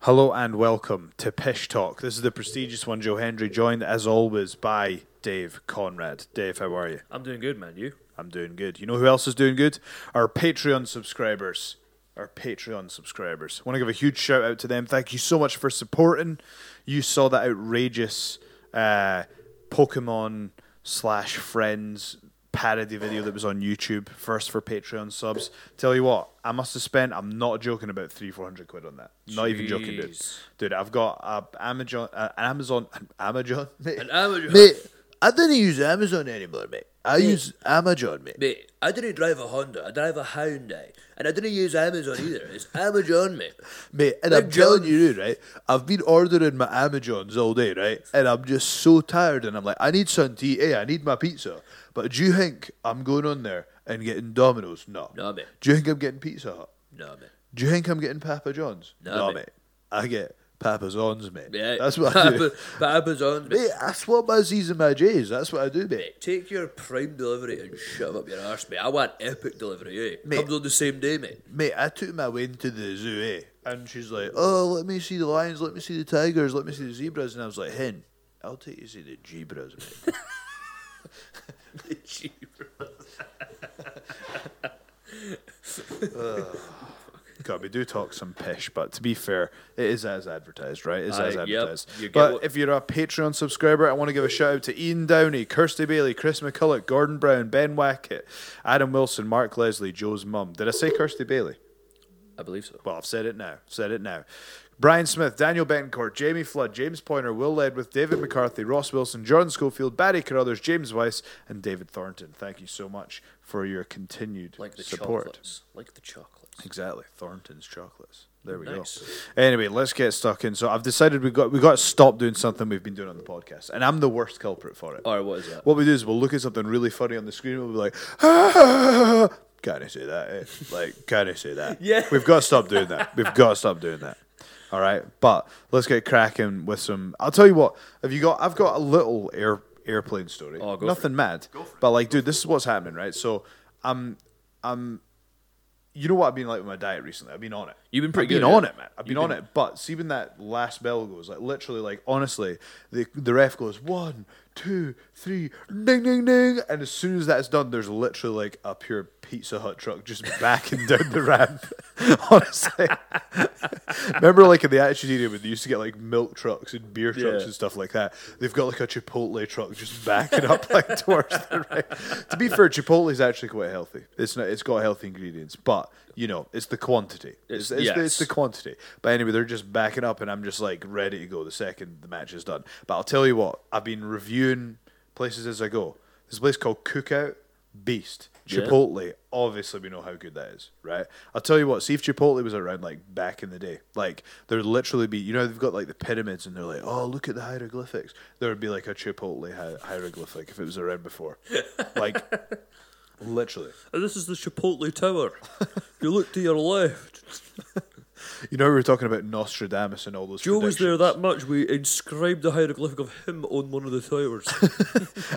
Hello and welcome to Pish Talk. This is the prestigious one, Joe Hendry, joined as always by Dave Conrad. Dave, how are you? I'm doing good, man. You? I'm doing good. You know who else is doing good? Our Patreon subscribers. Our Patreon subscribers. want to give a huge shout out to them. Thank you so much for supporting. You saw that outrageous uh, Pokemon slash Friends parody video that was on YouTube. First for Patreon subs. Tell you what, I must have spent. I'm not joking about three, four hundred quid on that. Not even joking, dude. Jeez. Dude, I've got a Amazon, uh, an Amazon, an Amazon, mate. An Amazon. mate. I don't use Amazon anymore, mate. I use Amazon, mate. Mate, I didn't drive a Honda. I drive a Hyundai, and I didn't use Amazon either. It's Amazon, mate. Mate, and I'm telling you, dude, right? I've been ordering my Amazons all day, right? And I'm just so tired, and I'm like, I need some tea. Hey, I need my pizza. But do you think I'm going on there and getting Domino's? No. No, mate. Do you think I'm getting Pizza Hut? No, mate. Do you think I'm getting Papa John's? No, mate. I get Papa John's, mate. Yeah, That's what I do. But Amazon, mate. mate, I swap my Z's and my J's. That's what I do, mate. Mate, Take your prime delivery and shove up your arse, mate. I want epic delivery, eh? Mate. Comes on the same day, mate. Mate, I took my wife to the zoo, eh? And she's like, oh, let me see the lions, let me see the tigers, let me see the zebras. And I was like, hen, I'll take you to see the zebras, mate. God, we do talk some pish, but to be fair, it is as advertised, right? It is as Aye, yep. advertised. You get But what- if you're a Patreon subscriber, I want to give a shout out to Ian Downey, Kirsty Bailey, Chris McCulloch, Gordon Brown, Ben Wackett, Adam Wilson, Mark Leslie, Joe's mum. Did I say Kirsty Bailey? I believe so. Well, I've said it now. Said it now. Brian Smith, Daniel Betancourt, Jamie Flood, James Pointer, Will Ledwith, David McCarthy, Ross Wilson, Jordan Schofield, Barry Carruthers, James Weiss, and David Thornton. Thank you so much for your continued Like the support. chocolates. Like the chocolates. Exactly, Thornton's chocolates. There we Nice. go. Anyway, let's get stuck in. So I've decided we got we got to stop doing something we've been doing on the podcast, and I'm the worst culprit for it. All right, Oh, what is that? What we do is we'll look at something really funny on the screen. We'll be like, ah, "Can I say that? eh? Like, can I say that? Yeah. We've got to stop doing that. We've got to stop doing that. All right, but let's get cracking with some. I'll tell you what. Have you got? I've got a little air airplane story. Oh, go for Nothing mad. but like, dude, this is what's happening, right? So, I'm, I'm. You know what I've been like with my diet recently. I've been on it. You've been pretty I've good Been at on it. it, man. I've been, on it. But see when that last bell goes, like literally, like honestly, the the ref goes one, two, three, ding, ding, ding, and as soon as that's done, there's literally like a pure Pizza Hut truck just backing down the ramp. honestly, remember like in the Attitude Era when they used to get like milk trucks and beer trucks Yeah. and stuff like that. They've got like a Chipotle truck just backing up like towards the right. To be fair, Chipotle is actually quite healthy. It's not. It's got healthy ingredients, but you know, it's the quantity. It's, it's, the, it's yes. the quantity. But anyway, they're just backing up, and I'm just like ready to go the second the match is done. But I'll tell you what, I've been reviewing places as I go. There's a place called Cookout Beast. Yeah. Chipotle, obviously, we know how good that is, right? I'll tell you what, see if Chipotle was around like back in the day. Like, there'd literally be, you know, they've got like the pyramids and they're like, oh, look at the hieroglyphics. There would be like a Chipotle hi- hieroglyphic if it was around before. Like, literally. And this is the Chipotle Tower. you look to your left. You know, we were talking about Nostradamus and all those Joe was there predictions. that much. We inscribed the hieroglyphic of him on one of the towers.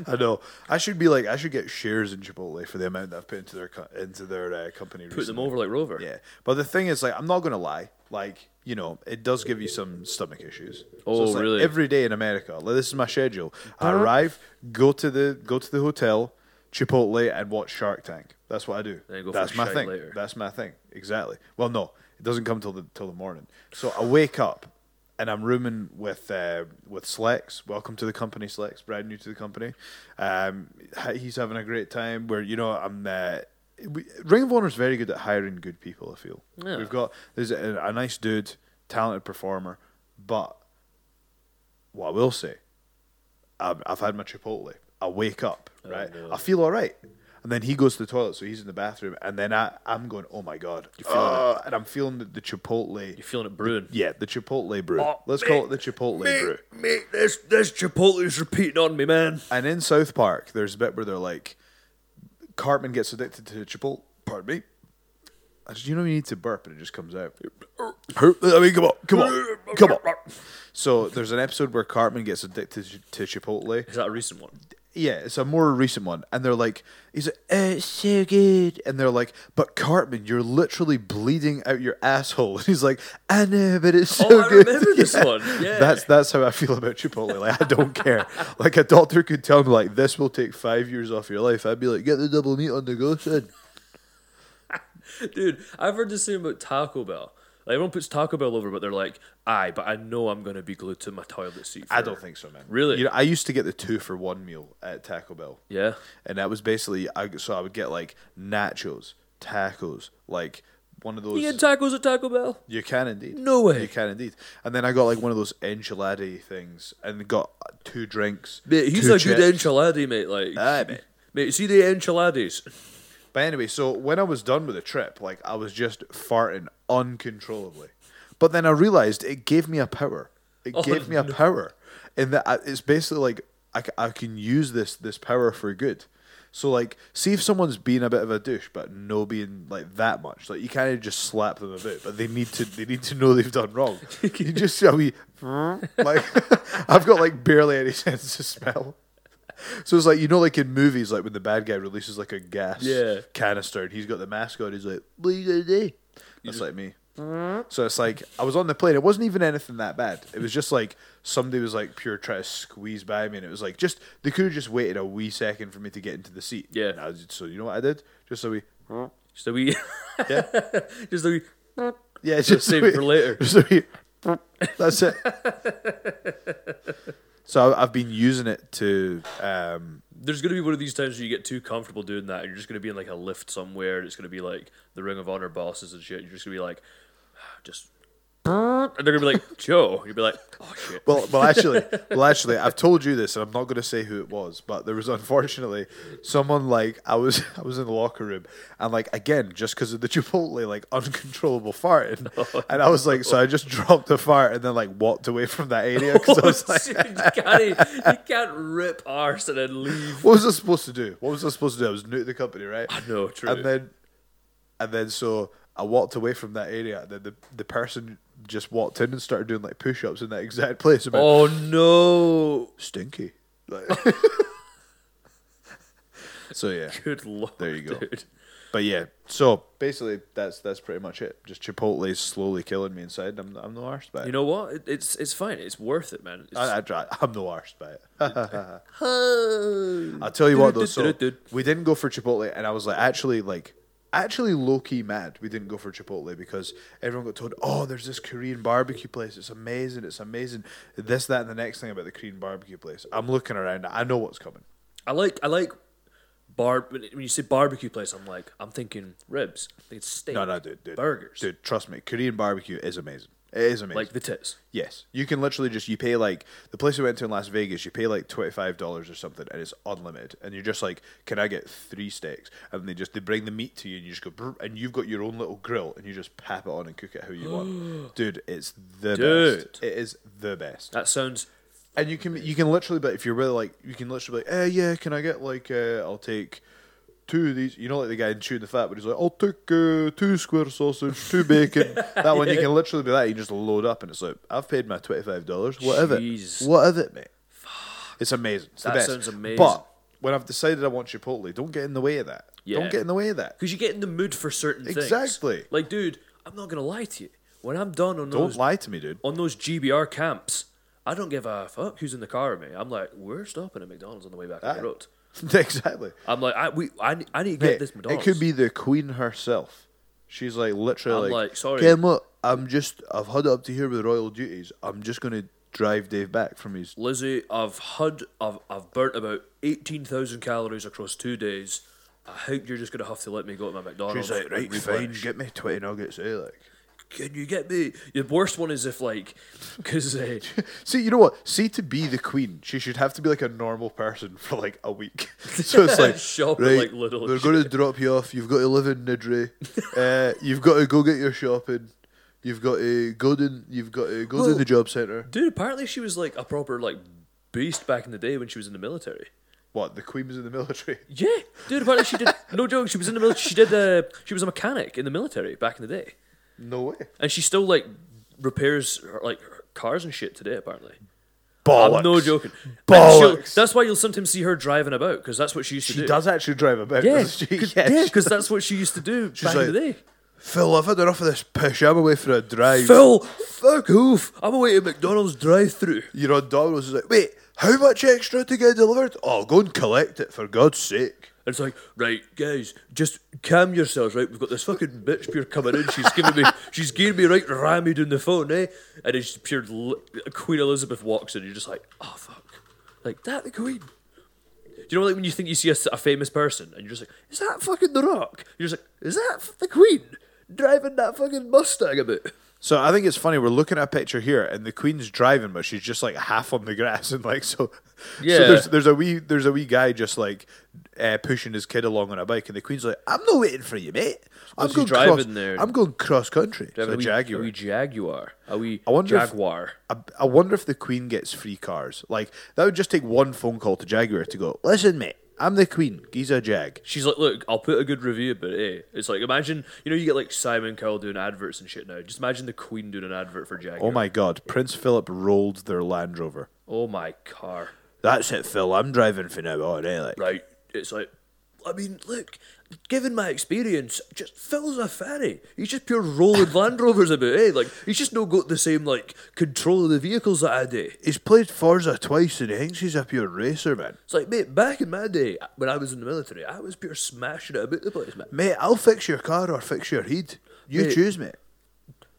I know. I should be like, I should get shares in Chipotle for the amount that I've put into their co- into their uh, company. Put them over like Rover. Yeah, but the thing is, like, I'm not gonna lie. Like, you know, it does give you some stomach issues. Oh, it's like really? Every day in America, like this is my schedule. I arrive, go to the go to the hotel, Chipotle, and watch Shark Tank. That's what I do. Then go for That's a my shite thing. later. That's my thing. Exactly. Well, no, it doesn't come till the till the morning. So I wake up. And I'm rooming with uh, with Slex. Welcome to the company, Slex. Brand new to the company. Um, h- he's having a great time. Where you know I'm. Uh, we, Ring of Honor is very good at hiring good people. I feel Yeah. we've got there's a, a nice dude, talented performer, but what I will say, I've, I've had my Chipotle. I wake up, right? I feel all right. And then he goes to the toilet, so he's in the bathroom. And then I, I'm going, oh my God. Ugh, and I'm feeling the, the Chipotle. You're feeling it brewing. Yeah, the Chipotle brew. Oh, Let's mate, call it the Chipotle brew. Mate, mate, this this Chipotle's repeating on me, man. And in South Park, there's a bit where they're like, Cartman gets addicted to Chipotle. Pardon me. I just, you know, you need to burp and it just comes out. I mean, come on, come on, come on. So there's an episode where Cartman gets addicted to Chipotle. Is that a recent one? yeah, it's a more recent one, and they're like, he's like, "Oh, it's so good, and they're like, but Cartman, you're literally bleeding out your asshole, and he's like, I know, but it's so Oh, I good. remember this one. Yeah. that's that's how I feel about Chipotle. Like I don't care. Like a doctor could tell me like this will take five years off your life. I'd be like, get the double meat on the go, son. Dude, I've heard the same about Taco Bell. Like, everyone puts Taco Bell over, but they're like, aye, but I know I'm going to be glued to my toilet seat. I for-" don't think so, man. Really? You know, I used to get the two for one meal at Taco Bell. Yeah. and that was basically I so I would get like nachos, tacos, like one of those. You get tacos at Taco Bell? you can indeed. No way. You can indeed. And then I got like one of those enchilada things and got two drinks. Mate, he's two a good chips. enchilada, mate. Like, Aye, mate. Mate, see the enchiladas? But anyway, so when I was done with the trip, like I was just farting uncontrollably. But then I realized it gave me a power. It Oh, gave me a power, and that I, it's basically like I, c- I can use this this power for good. So like, see if someone's being a bit of a douche, but no being like that much. Like you kind of just slap them a bit, but they need to they need to know they've done wrong. you just see a wee like I've got like barely any sense of smell. So it's like you know, like in movies, like when the bad guy releases like a gas Yeah. canister and he's got the mask on, he's like, "What are you gonna do?" That's like me. Mm-hmm. So it's like I was on the plane. It wasn't even anything that bad. It was just like somebody was like pure trying to squeeze by me, and it was like just they could have just waited a wee second for me to get into the seat. Yeah. And I was- so you know what I did? Just so we. Just a wee. Just a wee. Yeah, it's just Save a it wee- for later. just a wee- That's it. so I- I've been using it to. Um, There's going to be one of these times where you get too comfortable doing that and you're just going to be in like a lift somewhere and it's going to be like the Ring of Honor bosses and shit. You're just going to be like, just. And they're going to be like, Joe. You'll be like, oh shit. Well, well, actually, well, actually, I've told you this, and I'm not going to say who it was, but there was unfortunately someone like I was, I was in the locker room, and like again, just because of the Chipotle, like uncontrollable farting, Oh, and I was like, so I just dropped a fart and then like walked away from that area because I was like, you, can't, e, you can't rip arse and then leave. what was I supposed to do? What was I supposed to do? I was new to the company, right? I know, true. And then, and then so I walked away from that area, and then the the person just walked in and started doing like push ups in that exact place. About, Oh no. stinky. Like, so yeah, Good lord. there you go. Dude. But yeah, so basically that's that's pretty much it. Just Chipotle is slowly killing me inside. and I'm I'm no arsed by it. You know what? It, it's it's fine. It's worth it, man. It's, I, I, try- I'm no arsed by it. I'll tell you what though. So we didn't go for Chipotle, and I was like actually like actually low key mad we didn't go for Chipotle because everyone got told, oh, there's this Korean barbecue place. It's amazing. It's amazing. This, that, and the next thing about the Korean barbecue place. I'm looking around. I know what's coming. I like I like bar when when you say barbecue place. I'm like I'm thinking ribs. I think it's steak. No, no, dude, dude. burgers. Dude, trust me, Korean barbecue is amazing. It is amazing. Like the tits. yes, you can literally just you pay like the place we went to in Las Vegas. You pay like twenty five dollars or something, and it's unlimited. And you're just like, can I get three steaks? And they just they bring the meat to you, and you just go, brr, and you've got your own little grill, and you just pap it on and cook it how you want. Dude, it's the best. It is the best. That sounds. And you can you can literally, but if you're really like, you can literally be like, eh, yeah, can I get like, uh, I'll take two of these. You know, like the guy in Chewing the Fat, but he's like, I'll take uh, two square sausage, two bacon. that one, you can literally be that. You just load up, and it's like, I've paid my twenty five dollars. What of Jeez. it? What of it, mate? It's amazing. It's the That best. sounds amazing. But when I've decided I want Chipotle, don't get in the way of that. Yeah. Don't get in the way of that. Because you get in the mood for certain things. Exactly. Like, dude, I'm not gonna lie to you. When I'm done on Don't those lie to me, dude. on those GBR camps, I don't give a fuck who's in the car with me. I'm like, we're stopping at McDonald's on the way back on Aye. the road. exactly. I'm like, I we I, need- I need to Mate, get this McDonald's. It could be the queen herself. She's like literally I'm like, sorry. "Ken, look, I'm just I've had it up to here with royal duties. I'm just gonna drive Dave back from his Lizzie, I've had, I've, I've burnt about 18,000 calories across two days. I hope you're just going to have to let me go to my McDonald's. She's like, and right, fine, replenish." get me twenty nuggets, eh? Like Can you get me? The worst one is if, like, because uh, See, you know what? See to be the queen, she should have to be like a normal person for like a week. So it's like Shop at, right, like, Lidl and They're gonna drop you off, you've got to live in Nidre. uh, you've got to go get your shopping. You've got to go down you've got to go down the job centre. dude, apparently she was like a proper, like, beast back in the day when she was in the military. What, the queen was in the military? Yeah, dude, apparently she did, no joke, she was in the military. She did, uh, she was a mechanic in the military back in the day. No way. And she still, like, repairs, like, cars and shit today, apparently. Bollocks. I'm no joking. And she'll- Bollocks. That's why you'll sometimes see her driving about because that's what she used to She do. does actually drive about. Yeah, doesn't she? because Yeah, she- that's what she used to do back in the like, day. Phil, I've had enough of this push. I'm away for a drive. Phil, fuck off! I'm away at McDonald's drive-through. You're on Domino's. Is like, wait, how much extra to get delivered? Oh, go and collect it for God's sake. It's like, right, guys, just calm yourselves, right? We've got this fucking bitch pure coming in. She's giving me, she's giving me right rammy down the phone, eh? And it's pure li- Queen Elizabeth walks in. You're just like, oh fuck, like that the Queen. Do you know like when you think you see a, s- a famous person and you're just like, is that fucking the Rock? You're just like, is that f- the Queen driving that fucking Mustang about? So I think it's funny. We're looking at a picture here, and the Queen's driving, but she's just like half on the grass, and like so. Yeah. So there's, there's a wee there's a wee guy just like uh, pushing his kid along on a bike, and the Queen's like, "I'm not waiting for you, mate. I'm What's he going driving cross, there? I'm going cross country. It's a wee- Jaguar. a wee Jaguar, a wee I wonder if- Jaguar. I, I wonder if the Queen gets free cars. Like that would just take one phone call to Jaguar to go. Listen, mate, I'm the Queen. He's a Jag. She's like, look, I'll put a good review, but eh, it's like imagine you know you get like Simon Cowell doing adverts and shit now. Just imagine the Queen doing an advert for Jaguar. Oh my God! Prince Philip rolled their Land Rover. Oh my car, That's it, Phil. I'm driving for now on, eh? Like, right? It's like, I mean, look, given my experience, just Phil's a fanny. He's just pure rolling Land Rovers about, eh? Like he's just no got the same like control of the vehicles that I do. He's played Forza twice and he thinks he's a pure racer, man. It's like, mate, back in my day when I was in the military, I was pure smashing it about the place, man. Mate, I'll fix your car or fix your heat. You Mate. choose, mate.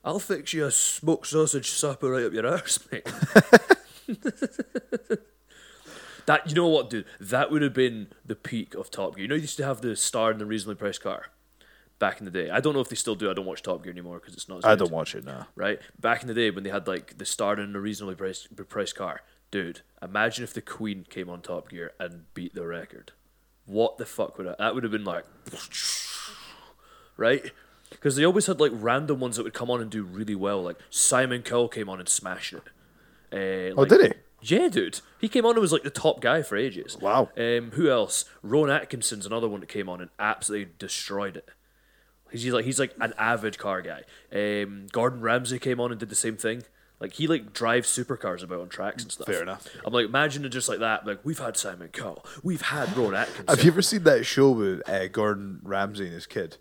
I'll fix you a smoked sausage supper right up your arse, mate. that you know what, dude? That would have been the peak of Top Gear. You know, you used to have the star in the reasonably priced car back in the day. I don't know if they still do. I don't watch Top Gear anymore because it's not. As I good, don't watch it now. Right back in the day when they had like the star in a reasonably priced, priced car, dude. Imagine if the Queen came on Top Gear and beat the record. What the fuck would I, that would have been like? right? Because they always had like random ones that would come on and do really well. Like Simon Cowell came on and smashed it. Uh, Oh, did he? Yeah, dude. He came on and was like the top guy for ages. Wow. Um, who else? Ron Atkinson's another one that came on and absolutely destroyed it. He's he's like he's like an avid car guy. Um, Gordon Ramsay came on and did the same thing. Like he like drives supercars about on tracks and stuff. Fair enough. I'm like imagine it just like that. Like we've had Simon Cowell, we've had Ron Atkinson. Have you ever seen that show with uh, Gordon Ramsay and his kid?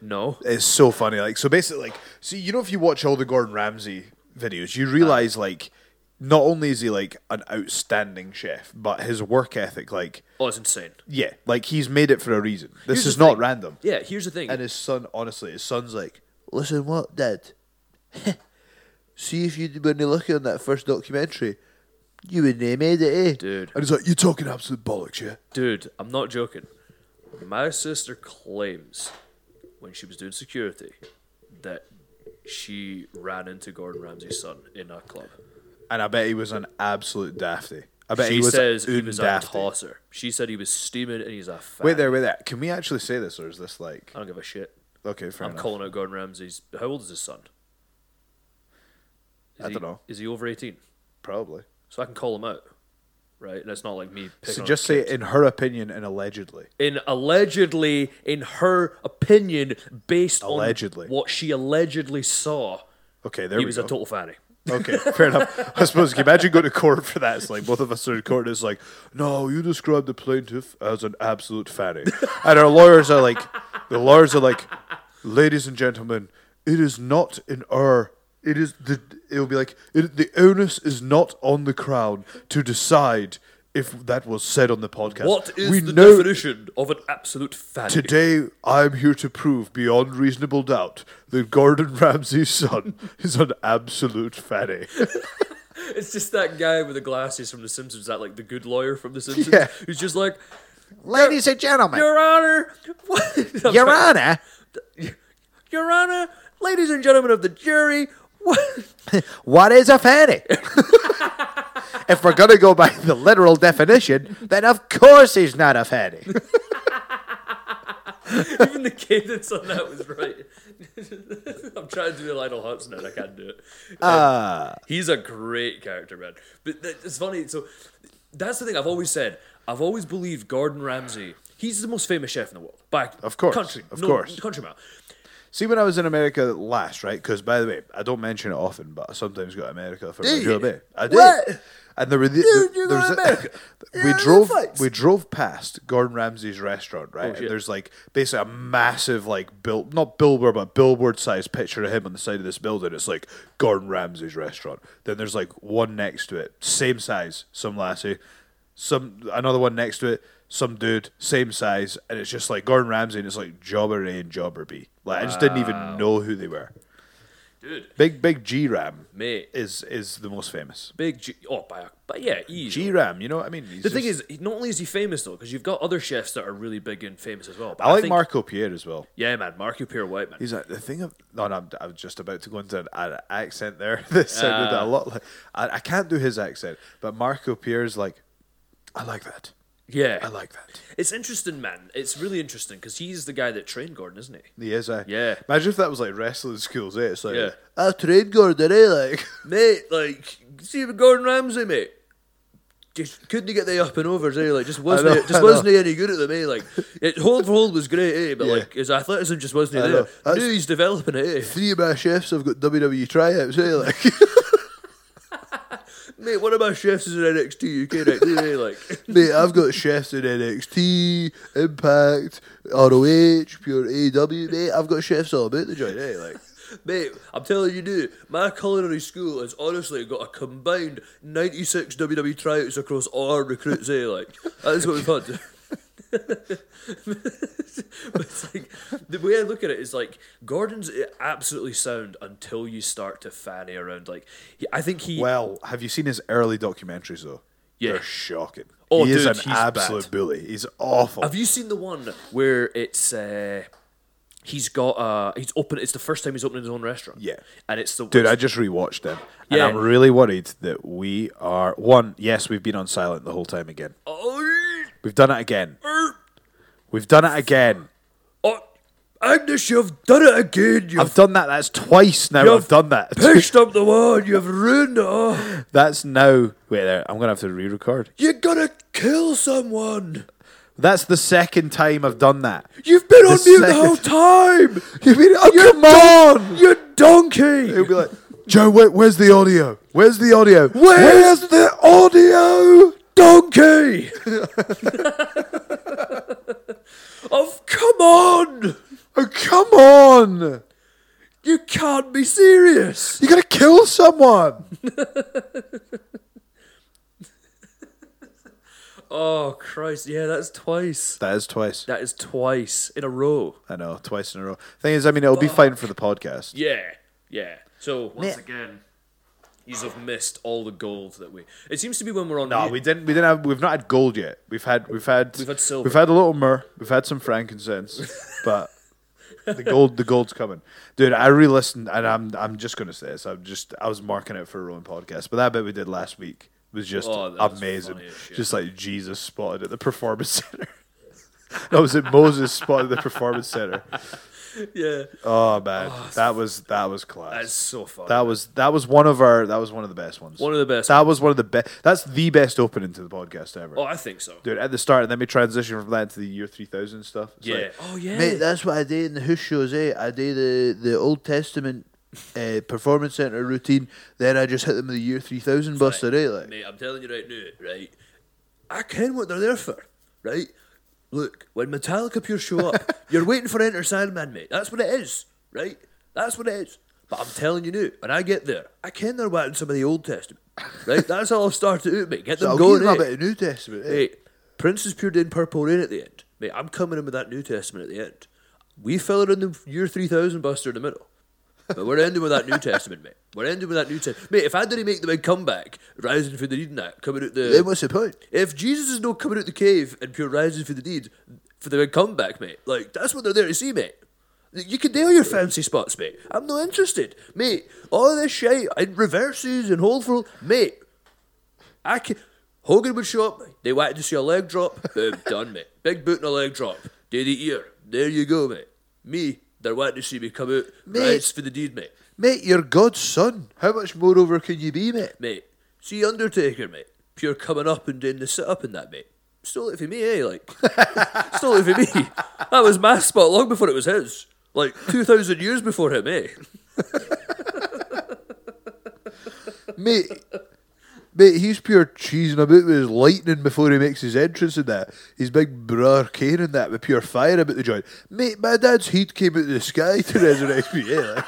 no. It's so funny. Like, so basically, like, see, you know, if you watch all the Gordon Ramsay videos, you realize, like, not only is he like an outstanding chef, but his work ethic, like, Oh, it's insane. yeah, like he's made it for a reason. This Here's is the not thing. random. Yeah, here's the thing. And his son, honestly, his son's like, listen, what, Dad? See if you when you look on that first documentary, you would name made it, eh? Dude. And he's like, you're talking absolute bollocks, yeah. Dude, I'm not joking. My sister claims when she was doing security that she ran into Gordon Ramsay's son in a club. And I bet he was an absolute dafty. I bet she he was says un he was a dafty. tosser. She said he was steaming and he's a fat. Wait there, wait there. Can we actually say this, or is this like I don't give a shit. okay? Fair I'm enough. calling out Gordon Ramsay's. How old is his son? Is I he- dunno. Is he over 18? Probably. So I can call him out, right? And it's not like me. Picking So on just a say, kid. in her opinion, and allegedly. in allegedly, in her opinion, based Allegedly. on what she allegedly saw, Okay, there he we was go. a total fanny. Okay, fair enough. I suppose can you imagine going to court for that? It's like both of us are in court. And it's like, no, you described the plaintiff as an absolute fanny, and our lawyers are like, the lawyers are like, ladies and gentlemen, it is not in our. It is the. It will be like it, the onus is not on the crown to decide if that was said on the podcast. What is the know- definition of an absolute fanny? Today, I'm here to prove beyond reasonable doubt that Gordon Ramsay's son is an absolute fanny. It's just that guy with the glasses from The Simpsons, that like the good lawyer from The Simpsons, Yeah. who's just like, Ladies and gentlemen, Your Honor, what? I'm Your sorry. Honor, Your Honor, ladies and gentlemen of the jury, what? what is a fanny? if we're going to go by the literal definition, then of course he's not a fanny. Even the cadence on that was right. I'm trying to do the Lionel Hudson and I can't do it. Um, Ah. He's a great character, man. But th- it's funny. So that's the thing I've always said. I've always believed Gordon Ramsay. He's the most famous chef in the world by Of course, country, of no- course. country mile. See, when I was in America last, right? Because by the way, I don't mention it often, but I sometimes go to America for my Do job. you? eh? I do. What? And there were the, Dude, there- you there go was to a- America. we Yeah, drove fights. we drove past Gordon Ramsay's restaurant, right? and shit. there's like basically a massive like bill not billboard but billboard sized picture of him on the side of this building. It's like Gordon Ramsay's restaurant. Then there's like one next to it, same size, some lassie, some another one next to it, some dude, same size, and it's just like Gordon Ramsay and it's like Jobber A and Jobber B. Like I just didn't even know who they were. Dude, Big Big G Ram mate, is is the most famous. big G. Oh, by, but yeah, easy. G Ram, you know what I mean? He's the thing just- is, he- not only is he famous though, because you've got other chefs that are really big and famous as well. But I like think- Marco Pierre as well. Yeah, man, Marco Pierre White, man. He's like the thing of no, no I'm, I'm just about to go into an, an accent there that sounded Ah. a lot like I, I can't do his accent, but Marco Pierre's like, I like that, yeah, I like that. It's interesting, man. It's really interesting because he's the guy that trained Gordon, isn't he? He is, I Yeah. Imagine if that was like wrestling schools, eh? It's like, Yeah. I trained Gordon, eh? Like, Mate, like, see with Gordon Ramsay, mate. Just couldn't get the up and overs, eh? Like, just wasn't know, it, just I know. wasn't he any good at them, eh? Like, it, hold for hold was great, eh? But Yeah. like, his athleticism just wasn't I he know. there. That's- Knew he's developing it, eh? three of my chefs have got WWE tryouts, eh? Like, Mate, one of my chefs is in NXT UK right there, eh? Like, mate, I've got chefs in NXT, Impact, ROH, Pure AW, mate. I've got chefs all about the joint, eh? Like, mate, I'm telling you, dude, my culinary school has honestly got a combined 96 E WWE tryouts across all our recruits, eh? Like, that's what we've had. but it's like the way I look at it is like Gordon's absolutely sound until you start to fanny around. Like he- I think he Well, have you seen his early documentaries though? Yeah. They're shocking. Oh, he is dude, an he's absolute bad. bully. He's awful. Have you seen the one where it's uh, he's got uh he's open? It's the first time he's opening his own restaurant. Yeah. and it's the Dude, I just rewatched them, and Yeah. I'm really worried that we are one. Yes, we've been on silent the whole time again. oh, We've done it again. We've done it again. oh, Agnes, you've done it again, you've I've done that. That's twice now. I've done that. pushed up the wall, and you've ruined it all. That's now. Wait there. I'm gonna have to re-record. You're gonna kill someone. That's the second time I've done that. You've been on The mute the second- whole time. You mean? Oh, come on! You donkey. He'll be like, Joe, where, where's the audio? Where's the audio? Where's, the audio? Donkey. oh, come on. Oh, come on! You can't be serious. You're gonna kill someone! oh Christ! Yeah, that's twice. That is twice. That is twice in a row. I know, twice in a row. Thing is, I mean, it'll be fine for the podcast. Yeah, yeah. So once Meh. again, he's have missed all the gold that we. It seems to be when we're on. No, we didn't. We didn't have. We've not had gold yet. We've had. We've had. We've had silver. We've had a little myrrh. We've had some frankincense, but the gold. The gold's coming, dude. I re-listened, and I'm. I'm just gonna say this. I'm just. I was marking it for our own podcast, but that bit we did last week was just Oh, that was amazing. funny as shit. just like Jesus spotted at the performance center. no, was it Moses spotted the performance center? Yeah, Oh man, that was that was class. that's so fun. That was that was one of our that was one of the best ones. One of the best. That was one of the best. That's the best opening to the podcast ever, oh, I think so. dude. At the start, and then we transition from that to the year three thousand stuff. It's yeah. like, oh yeah. that's what I did in the Hush shows, eh? I did the, the Old Testament uh, Performance Centre routine, then I just hit them with the Year 3000 buster, eh? Like. Mate, I'm telling you right now, right? I ken what they're there for, right? Look, when Metallica Pure show up, you're waiting for Enter Sandman, mate. That's what it is, right? That's what it is. But I'm telling you now, when I get there, I ken they're wanting some of the Old Testament, right? That's how I'll start it out, mate. Get them I'll going, give them a eh? bit of New Testament. eh? Mate, Prince is Pure in Purple Rain at the end. Mate, I'm coming in with that New Testament at the end. We fill it in the year 3000 buster in the middle. But we're ending with that New Testament, mate. We're ending with that New Testament. Mate, if I didn't make the big comeback, Rising for the Deed and that, coming out the... Then what's the point? If Jesus is not coming out the cave and pure rising for the deed, for the big comeback, mate, like that's what they're there to see, mate. You can nail your fancy spots, mate. I'm not interested, mate. All this shit and reverses and hold for mate. I can. Hogan would show up. They wanted to see a leg drop. Boom, done, mate. Big boot and a leg drop. Day the ear. There you go, mate. Me, they're wanting to see me come out. Mate. Rise for the deed, mate. Mate, you're God's son. How much more over can you be, mate? Mate, see Undertaker, mate. Pure coming up and doing the sit up and that, mate. Stole it for me, eh? Like, stole it for me. That was my spot long before it was his. Like 2,000 years before him, eh? mate. Mate, he's pure cheesing about with his lightning before he makes his entrance in that. His big brother Kane in that with pure fire about the joint. Mate, my dad's heat came out of the sky to resurrect me. Yeah,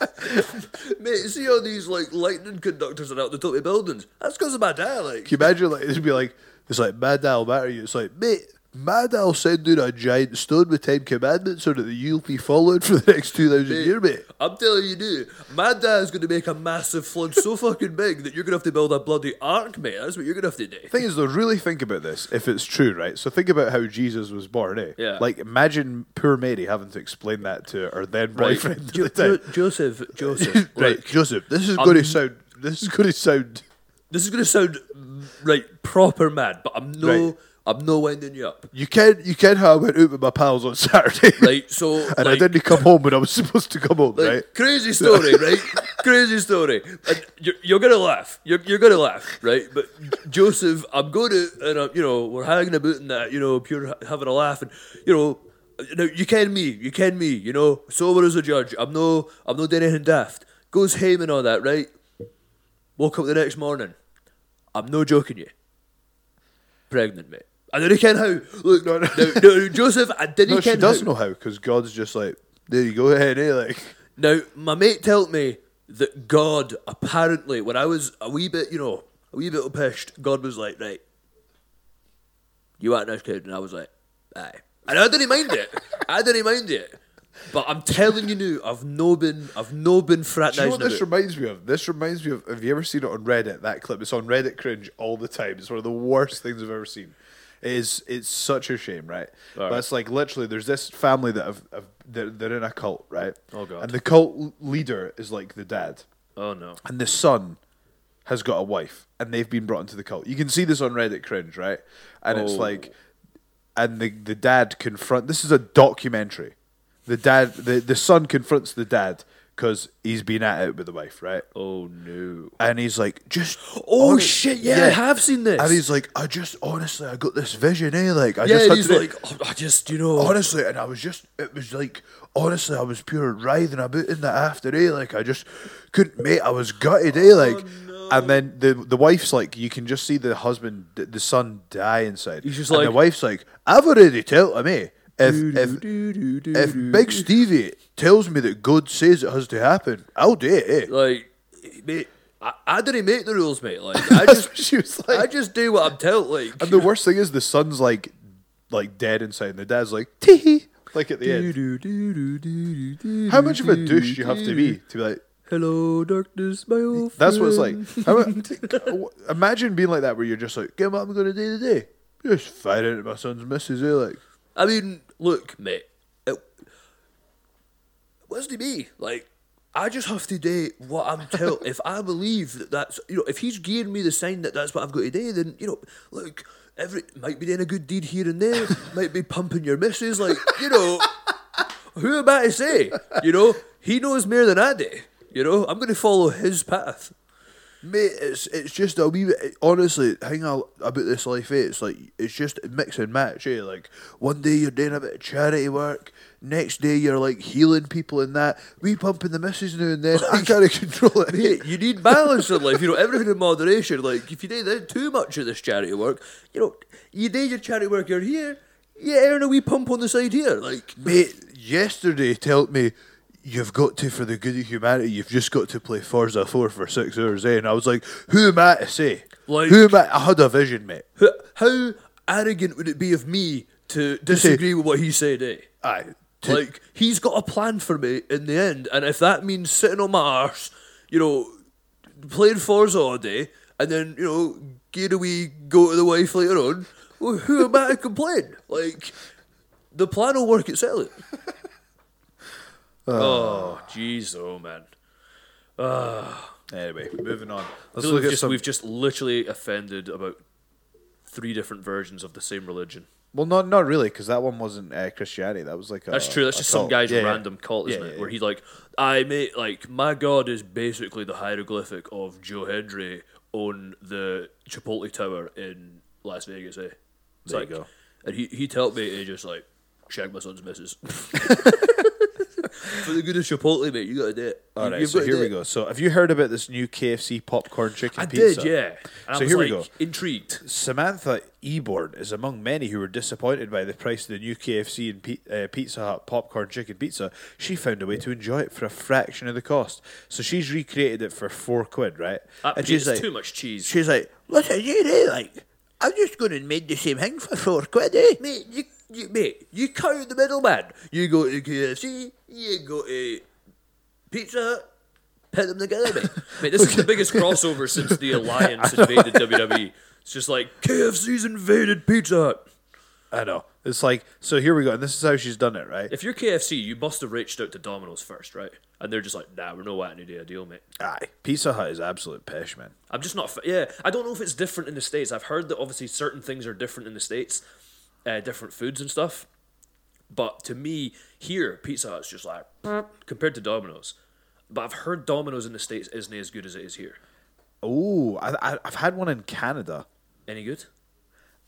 like, Mate, see all these like lightning conductors are out the top of buildings. That's because of my dad. Like, can you imagine like it'd be like it's like Mad I'll batter you. It's like, mate, Mad I'll send down a giant stone with ten commandments so that you'll be followed for the next two thousand years, mate. I'm telling you, dude, my dad's going to make a massive flood so fucking big that you're going to have to build a bloody ark, mate. That's what you're going to have to do. thing is, though, really think about this if it's true, right? So think about how Jesus was born, eh? Yeah. Like, imagine poor Mary having to explain that to her then boyfriend. at Jo- the time. Jo- Joseph, Joseph, right, right? Joseph, this is going to sound. This is going to sound. This is going to sound right proper mad, but I'm no, Right. I'm no winding you up, You can you can how I went out with my pals on Saturday, right? So, and I like- didn't come home when I was supposed to come home, Like, right? Crazy story, right? crazy story. And you're, you're gonna laugh. You're, you're gonna laugh, right? But Joseph, I'm going to, and I'm, you know, we're hanging about in that, you know, pure ha- having a laugh, and you know, now you ken me, you ken me, you know, sober as a judge. I'm no, I'm no doing anything daft. Goes home and all that, right? Woke up the next morning. I'm no joking you. Pregnant, mate. I didn't ken how. Look, no, no, no, Joseph, I didn't No, ken she does how. know how because God's just like, there you go, ahead, eh? Like, Now, my mate told me that God apparently, when I was a wee bit, you know, a wee bit pissed, God was like, right, you aren't this kid, and I was like, aye, and I didn't mind it. I didn't mind it. But I'm telling you now, I've no been, I've no been Do you know fraternising. what this about. reminds me of? This reminds me of. Have you ever seen it on Reddit? That clip. It's on Reddit cringe all the time. It's one of the worst things I've ever seen. It is it's such a shame, right? But it's like literally, there's this family that have, have they're, they're in a cult, right? Oh, God. And the cult l- leader is like the dad, Oh no. and the son has got a wife, and they've been brought into the cult. You can see this on Reddit cringe, right? And it's Oh. like, and the the dad confront. This is a documentary. The dad, the the son confronts the dad. Because he's been at it with the wife, right? Oh no. and he's like, just Oh, honest- shit! Yeah, I have seen this. And he's like, I just honestly, I got this vision, eh? Like, I yeah, just and had he's to- like, oh, I just, you know, honestly, and I was just, it was like, honestly, I was pure writhing about in that after, eh? Like, I just couldn't, mate. I was gutted, eh? Like, and then the the wife's like, you can just see the husband, the, the son die inside. He's just and the like- wife's like, I've already told him, eh? If if if Big Stevie tells me that God says it has to happen, I'll do it. Eh? like, mate, I, I didn't make the rules, mate. Like, I just, she was I just do what I'm told. Like, And the worst thing is the son's like like dead inside and the dad's like tee hee like at the end. How much of a douche you have to be to be like Hello, darkness, my old that's what it's like. How mu- imagine being like that where you're just like, get what I'm gonna do today. Just firing at my son's missus, eh? Like I mean, look, mate. It, what's to be like? I just have to do what I'm told. if I believe that that's you know, if he's giving me the sign that that's what I've got to do, then you know, look, every might be doing a good deed here and there, might be pumping your missus, like you know. who am I to say? You know, he knows more than I do. You know, I'm going to follow his path. Mate, it's it's just a wee bit. Honestly, hang on about this life. Eh? It's like it's just mix and match. Eh? Like one day you're doing a bit of charity work, next day you're like healing people and that. We pumping the missus now and then. I can't control it. eh? Mate, you need balance in life. You know, everything in moderation. Like, if you do that too much of this charity work, you know, you do your charity work, you're here, you earn a wee pump on the side here. Like, Mate, yesterday told me you've got to for the good of humanity. You've just got to play Forza Four for six hours, eh? And I was like, who am I to say? Like- who am I? I had a vision, mate. h- how arrogant would it be of me to disagree with what he said, eh? Aye, to- Like, he's got a plan for me in the end, and if that means sitting on my arse, you know, playing Forza all day, and then, you know, get away, go to the wife later on, well, who am I to complain? Like, the plan will work itself. Oh jeez, oh man. anyway, moving on. I Let's feel look like at just, some. we've just literally offended about three different versions of the same religion. Well, not not really, because that one wasn't uh, Christianity. That was like a, That's true. That's a just some cult. guy's Yeah, yeah. random cult, isn't Yeah, it? yeah, Where he's like, I mate, like my god is basically the hieroglyphic of Joe Hendry on the Chipotle Tower in Las Vegas. Eh? It's There you like, go. And he he told me to just like shag my son's missus. For the good of Chipotle, mate, you gotta do it. All right, You've so gotta here do we it. go. So, have you heard about this new KFC popcorn chicken I pizza? did, yeah. And So I was here we like, go. Intrigued. Samantha Eborn is among many who were disappointed by the price of the new KFC and P- uh, Pizza Hut popcorn chicken pizza. She found a way to enjoy it for a fraction of the cost. So she's recreated it for four quid, right? That and pizza's she's like, too much cheese. she's like, Listen, you eh? know, like, I'm just going and made the same thing for four quid, eh? Mate, you, you, mate, you cut out the middleman. You go to KFC, you go to Pizza Hut, put them together, mate. Mate, this is the biggest crossover since the Alliance invaded WWE. It's just like KFC's invaded Pizza Hut. I know. It's like, so here we go. And this is how she's done it, right? If you're KFC, you must have reached out to Domino's first, right? And they're just like, nah, we're no way any day a deal, mate. Aye. Pizza Hut is absolute pish, man. I'm just not. F- yeah, I don't know if it's different in the states. I've heard that obviously certain things are different in the states, uh, different foods and stuff. But to me, here Pizza Hut's just like compared to Domino's. But I've heard Domino's in the states isn't as good as it is here. Oh, I, I, I've had one in Canada. Any good?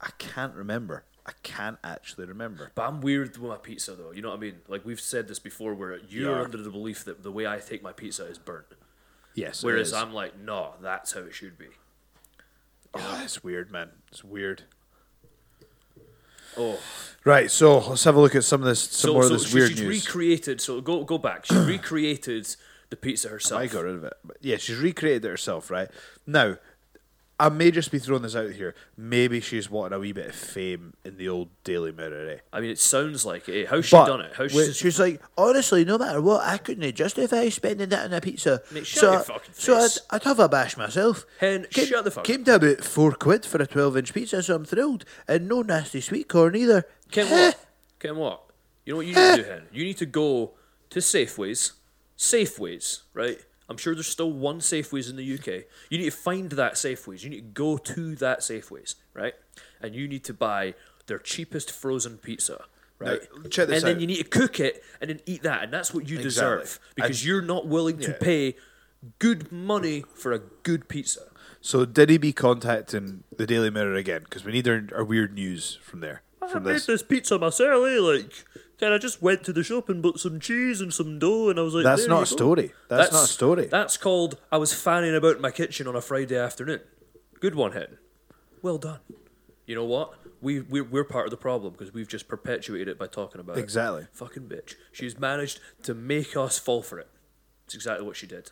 I can't remember. I can't actually remember. But I'm weird with my pizza though. You know what I mean? Like we've said this before, where you're Yeah. under the belief that the way I take my pizza is burnt, Yes. it whereas is. I'm like, no, that's how it should be. Oh, it's weird, man. It's weird. Oh, Right, so let's have a look at some of this, some more of this she- weird she's news. recreated. So go go back. She recreated the pizza herself. I got rid of it. But yeah, she's recreated it herself, right? Now, I may just be throwing this out here. Maybe she's wanting a wee bit of fame in the old Daily Mirror, eh? I mean, it sounds like it. How's she But done it? How's wait, she? She's like, honestly, no matter what, I couldn't justify spending that on a pizza. Mate, shut so your fucking so I'd, face. I'd have a bash myself. Hen, came, shut the fuck up. Came to about four quid for a 12 inch pizza, so I'm thrilled. And no nasty sweet corn either. Ken what? Ken what? You know what you need to do, Hen? You need to go to Safeways. Safeways, right? I'm sure there's still one Safeways in the UK. You need to find that Safeways. You need to go to that Safeways, right? And you need to buy their cheapest frozen pizza. Right. check this and then out. you need to cook it and then eat that, and that's what you deserve Exactly. because you're not willing to Yeah. pay good money for a good pizza. So did he be contacting the Daily Mirror again? Because we need our, our weird news from there. From this. pizza myself, eh? Like, then I just went to the shop and bought some cheese and some dough, and I was like, That's "There not a you go." story. That's, not a story. That's called I was fanning about in my kitchen on a Friday afternoon. Good one, Hen. Well done. You know what? We we're, we're part of the problem because we've just perpetuated it by talking about it. Exactly. Fucking bitch. She's managed to make us fall for it. It's exactly what she did.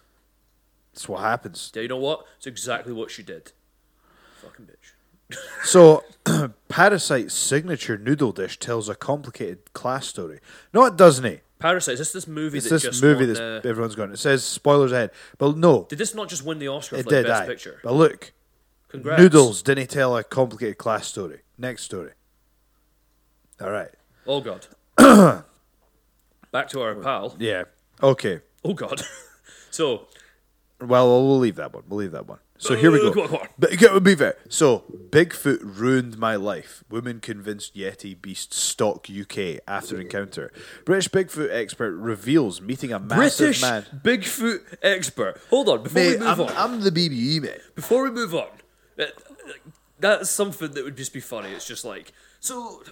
That's what happens. Yeah, you know what? It's exactly what she did. Fucking bitch. So, Parasite's signature noodle dish tells a complicated class story. No, it doesn't. It. Parasite. Is this this movie? It's that this just movie won that the- everyone's going. It says spoilers ahead, but no, Did this not just win the Oscar it for like, did. Best aye. Picture? But look, Congrats. noodles didn't tell a complicated class story. Next story. All right. Oh god. Back to our pal. Yeah. Okay. Oh god. so Well, we'll leave that one. We'll leave that one. So here we go. Go on, go on. But it would be fair. So Bigfoot ruined my life. Woman convinced Yeti beast stalk UK after encounter. British Bigfoot expert reveals meeting a massive British man. Bigfoot expert. Hold on, before we Mate, move I'm, on. I'm the E, BBE, mate. Before we move on, that- that's something that would just be funny. It's just like so.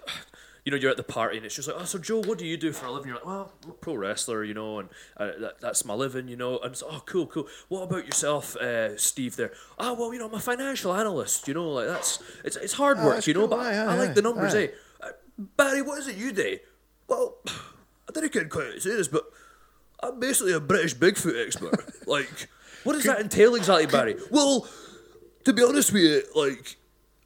You know, you're at the party and it's just like, oh, so Joe, what do you do for a living? You're like, well, I'm a pro wrestler, you know, and uh, that, that's my living, you know. And it's, oh, cool, cool. What about yourself, uh, Steve? There, oh, well, you know, I'm a financial analyst, you know, like that's it's, it's hard work, that's you know, cool. but I- Aye, I aye, like the aye, numbers, aye. eh? Uh, Barry, what is it you do? Well, I didn't get quite say this, but I'm basically a British Bigfoot expert. like, what does that entail exactly, Barry? Well, to be honest with you, like,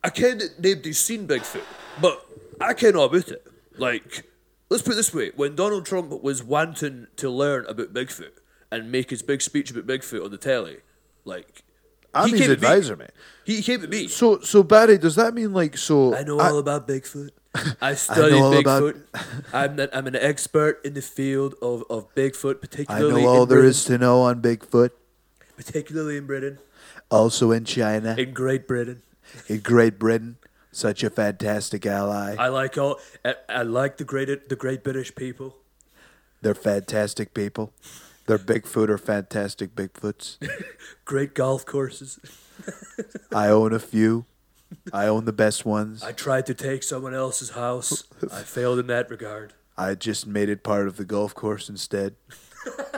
I ken that nobody's seen Bigfoot, but I ken all about it. Like, let's put it this way when Donald Trump was wanting to learn about Bigfoot and make his big speech about Bigfoot on the telly, like, I'm he his came to me. advisor, mate. He came to me. So so Barry, does that mean like so? I know all about Bigfoot. I know studied all about- Bigfoot. I'm, an, I'm an expert in the field of, of Bigfoot, I particularly know all in there Britain, is to know on Bigfoot. particularly in Britain, Also in China, in Great Britain. in Great Britain, such a fantastic ally. I like all. I, I like the great the great British people. They're fantastic people. Their Bigfoot are fantastic Bigfoots. Great golf courses. I own a few. I own the best ones. I tried to take someone else's house. I failed in that regard. I just made it part of the golf course instead.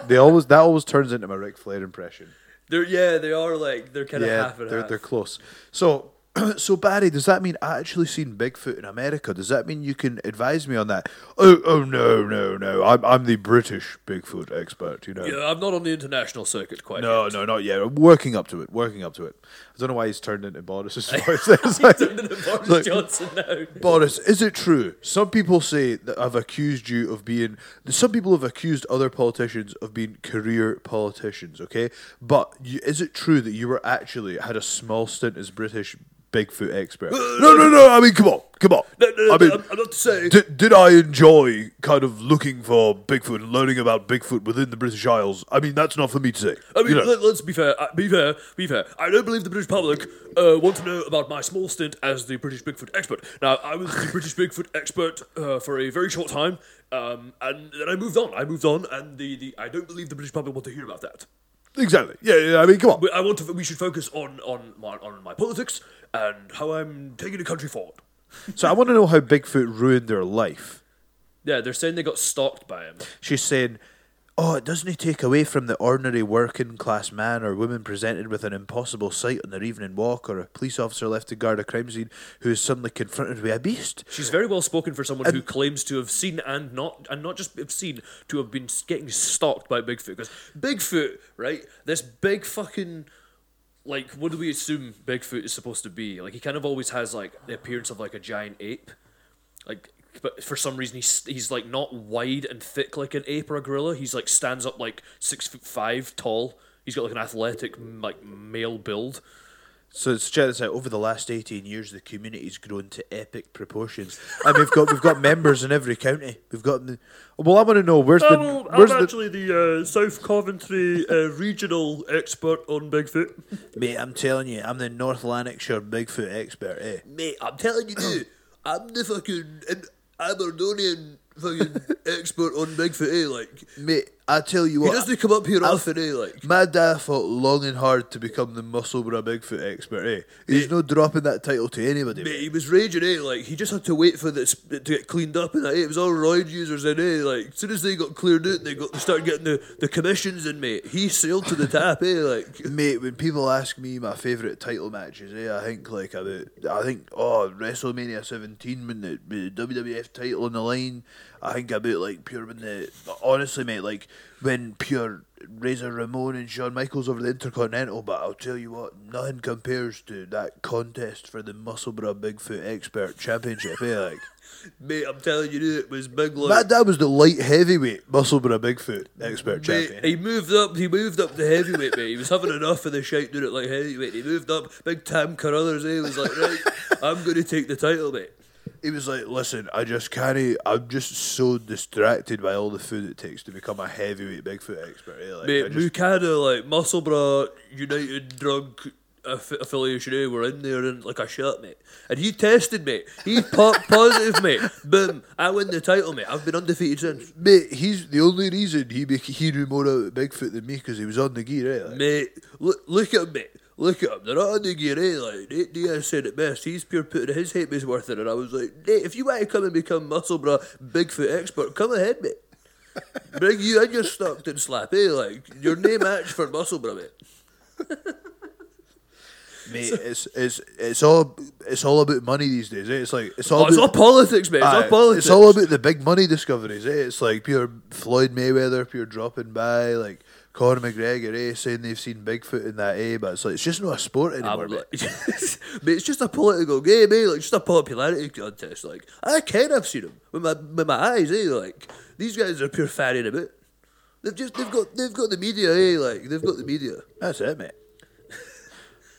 they always that always turns into my Ric Flair impression. They're yeah, they are like they're kind of half and they're, half. they're close. So, so Barry, does that mean I actually seen Bigfoot in America? Does that mean you can advise me on that? Oh, oh no, no, no! I'm I'm the British Bigfoot expert. You know. yeah, I'm not on the international circuit quite. No, no, not yet. I'm working up to it. Working up to it. I don't know why he's turned into Boris's voice. It's like- yet. Under the Boris Look. Johnson now. Boris, is it true? Some people say that I've accused you of being. Some people have accused other politicians of being career politicians. Okay, but you, is it true that you were actually had a small stint as British Bigfoot expert? no, no, no. I mean, come on, come on. No, no, no, I mean, I'm- I'm not saying- Did, did I enjoy kind of looking for Bigfoot and learning about Bigfoot within the British Isles? I mean, that's not for me to say. I mean, You know. let, us be fair. uh, Be fair. Be fair. I don't believe the British public uh, want to know about my small stint as the British Bigfoot expert. Now, I was the British Bigfoot expert uh, for a very short time, um, and then I moved on. I moved on, and the, the I don't believe the British public want to hear about that. exactly. Yeah, yeah. I mean, come on. We, I want to. We should focus on on my on my politics and how I'm taking the country forward. So I want to know how Bigfoot ruined their life. Yeah, they're saying they got stalked by him. she's saying, "Oh, it doesn't he take away from the ordinary working class man or woman presented with an impossible sight on their evening walk, or a police officer left to guard a crime scene who is suddenly confronted with a beast?" She's very well spoken for someone who claims to have seen and not and not just have seen to have been getting stalked by Bigfoot. Because Bigfoot, right? This big fucking like what do we assume Bigfoot is supposed to be? Like he kind of always has like the appearance of like a giant ape, like. But for some reason, he's he's like not wide and thick like an ape or a gorilla. He's like stands up like six foot five tall. He's got like an athletic m- like male build. So it's check this out. Over the last eighteen years, the community's grown to epic proportions, and we've got we've got members in every county. We've got. Well, I want to know where's the where's the the uh, South Coventry uh, regional expert on Bigfoot. mate? I'm telling you, I'm the North Lanarkshire Bigfoot expert. Eh? Mate, I'm telling you, dude, I'm the fucking Ab- Aberdonian fucking expert on Bigfoot, eh? Like, Mate, I tell you he what. doesn't come up here I'll- often, eh? Like, My dad fought long and hard to become the muscle bra Bigfoot expert, eh? He's no dropping that title to anybody. mate, he was raging, eh? Like, he just had to wait for this to get cleaned up, and that, eh? it was all roid users, and eh? Like, as soon as they got cleared out, they got they started getting the, the commissions in, mate. He sailed to the tap, eh? Like, Mate, when people ask me my favourite title matches, eh, I think like about, I think, oh, WrestleMania 17 when the, with the WWF title on the line. I think about like pure when the, honestly, mate, like when pure Razor Ramon and Shawn Michaels over the Intercontinental, but I'll tell you what, nothing compares to that contest for the muscle bra Bigfoot expert championship, eh? Like, mate, I'm telling you, dude, it was big, like. My dad was the light heavyweight muscle bra Bigfoot expert Mate, champion. he moved up. He moved up to heavyweight, mate. He was having enough of the shite doing it like heavyweight. He moved up. Big Tam Carruthers, eh? He was like, right, I'm going to take the title, mate. He was like, "Listen, I just can't. eat- I'm just so distracted by all the food it takes to become a heavyweight Bigfoot expert. eh, Like, I Mate, just, Mukada, like Muscle Bra United Drug aff- Affiliation, eh? Were in there in like a shirt, mate. And he tested, mate. He popped positive, mate. Boom! I win the title, mate. I've been undefeated since. mate, he's the only reason he bec he knew more about Bigfoot than me because he was on the gear. Eh? Like, Mate, look, look at him, mate. Look at him. They're not on the gear, eh? Like, Nate Diaz said it best. He's pure putting his hate base worth in. And I was like, Nate, if you want to come and become muscle bra Bigfoot expert, come ahead, mate. Bring you and your Stockton slap, eh? Like, your name match for muscle bra, mate. mate, it's it's it's all it's all about money these days. Eh? It's like it's all Oh, it's all about, politics, mate. It's all Aye, politics. it's all about the big money discoveries. Eh? It's like pure Floyd Mayweather, pure dropping by like. Conor McGregor, eh, saying they've seen Bigfoot in that, eh, but it's like it's just not a sport I'm anymore. like, mate. mate, it's just a political game, eh? Like, just a popularity contest. Like, I can have seen them with my with my eyes, eh? Like, these guys are pure fanning about. They've just they've got they've got the media, eh? Like, they've got the media. That's it, mate.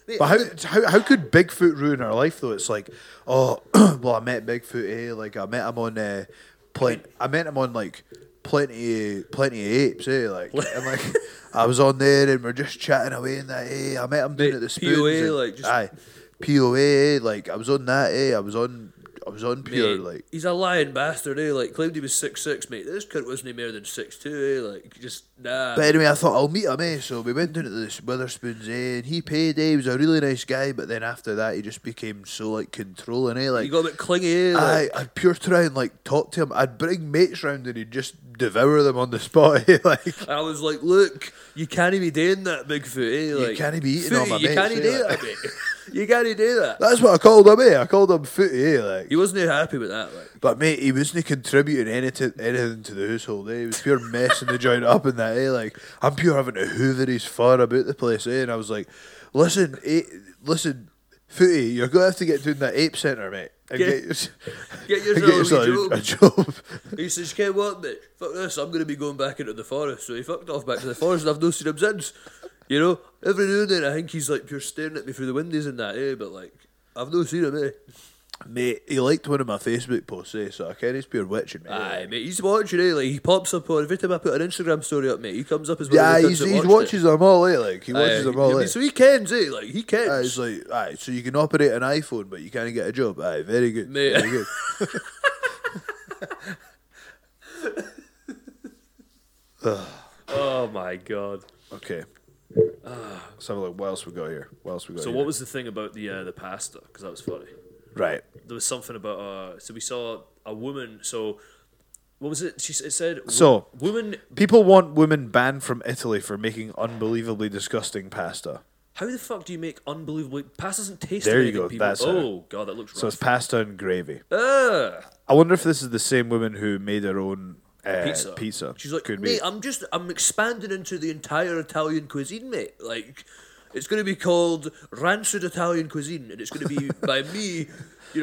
Mate, But how, how how could Bigfoot ruin our life though? It's like, oh, well, I met Bigfoot, eh? Like I met him on uh, plenty. I met him on like plenty, plenty of apes, eh? Like and like I was on there and we're just chatting away and that, eh? I met him doing Mate, at the spoons POA, and- like, just- aye, POA, eh? Like I was on that, eh? I was on I was on Mate, pure like he's a lying bastard, eh? Like claimed he was six six, mate. This kid wasn't any more than six two, eh? Like just nah. But anyway, I thought I'll meet him, eh? So we went down to this Witherspoons, eh? And he paid, eh? He was a really nice guy, but then after that, he just became so like controlling, eh? Like, you got a bit clingy, eh? Like, I, I'd pure try and like talk to him. I'd bring mates round and he'd just devour them on the spot, eh? Like, I was like, look, you can't be doing that, Bigfoot. Eh? Like, can't be eating all footy, my You mates, can't eh, do like- that, mate. You can't do that. that's what I called him, eh? I called him footy, eh? Like, He wasn't happy with that. Like, but mate, he wasn't contributing anything, anything to the household, eh? He was pure messing the joint up and that, eh? Like, I'm pure having to hoover his fur about the place, eh? And I was like, listen, eh, listen, footy, you're going to have to get down that ape centre, mate. And Yeah. get- get I yourself get a wee yourself joke. a job. He says, "Ken, what, mate? Fuck this! I'm going to be going back into the forest." So he fucked off back to the forest, and I've not seen him since. You know, every now and then I think he's like pure staring at me through the windows and that, eh? But like, I've not seen him, eh? Mate, he liked one of my Facebook posts, eh? So I can't he's pure witching, mate. Aye, mate, he's watching, eh? Like, he pops up on every time I put an Instagram story up, mate. He comes up as one Yeah, of the he's, kids that he's watched it. watches them all, eh? Like, he watches Aye, them all, I eh? mean, so he kens, eh? Like, he kens. Aye, it's like, aye, so you can operate an iPhone, but you can't get a job. Aye, very good. Mate. Very good. Oh my god. Okay. Ah, Let's have a look. What else we got here? What else we got So here? what was the thing about the uh, the pasta? Because that was funny. Right. There was something about uh. So we saw a woman. So what was it? She s- it said wo- So- woman. People want women banned from Italy for making unbelievably disgusting pasta. How the fuck do you make unbelievably pasta doesn't taste? There you like anything, go, People. that's it. oh god, that looks So it's rough. pasta and gravy. Ah, I wonder if this is the same woman who made her own uh, pizza. pizza. She's like, Could be. mate, I'm just, I'm expanding into the entire Italian cuisine, mate. Like, it's going to be called Rancid Italian Cuisine, and it's going to be by me, you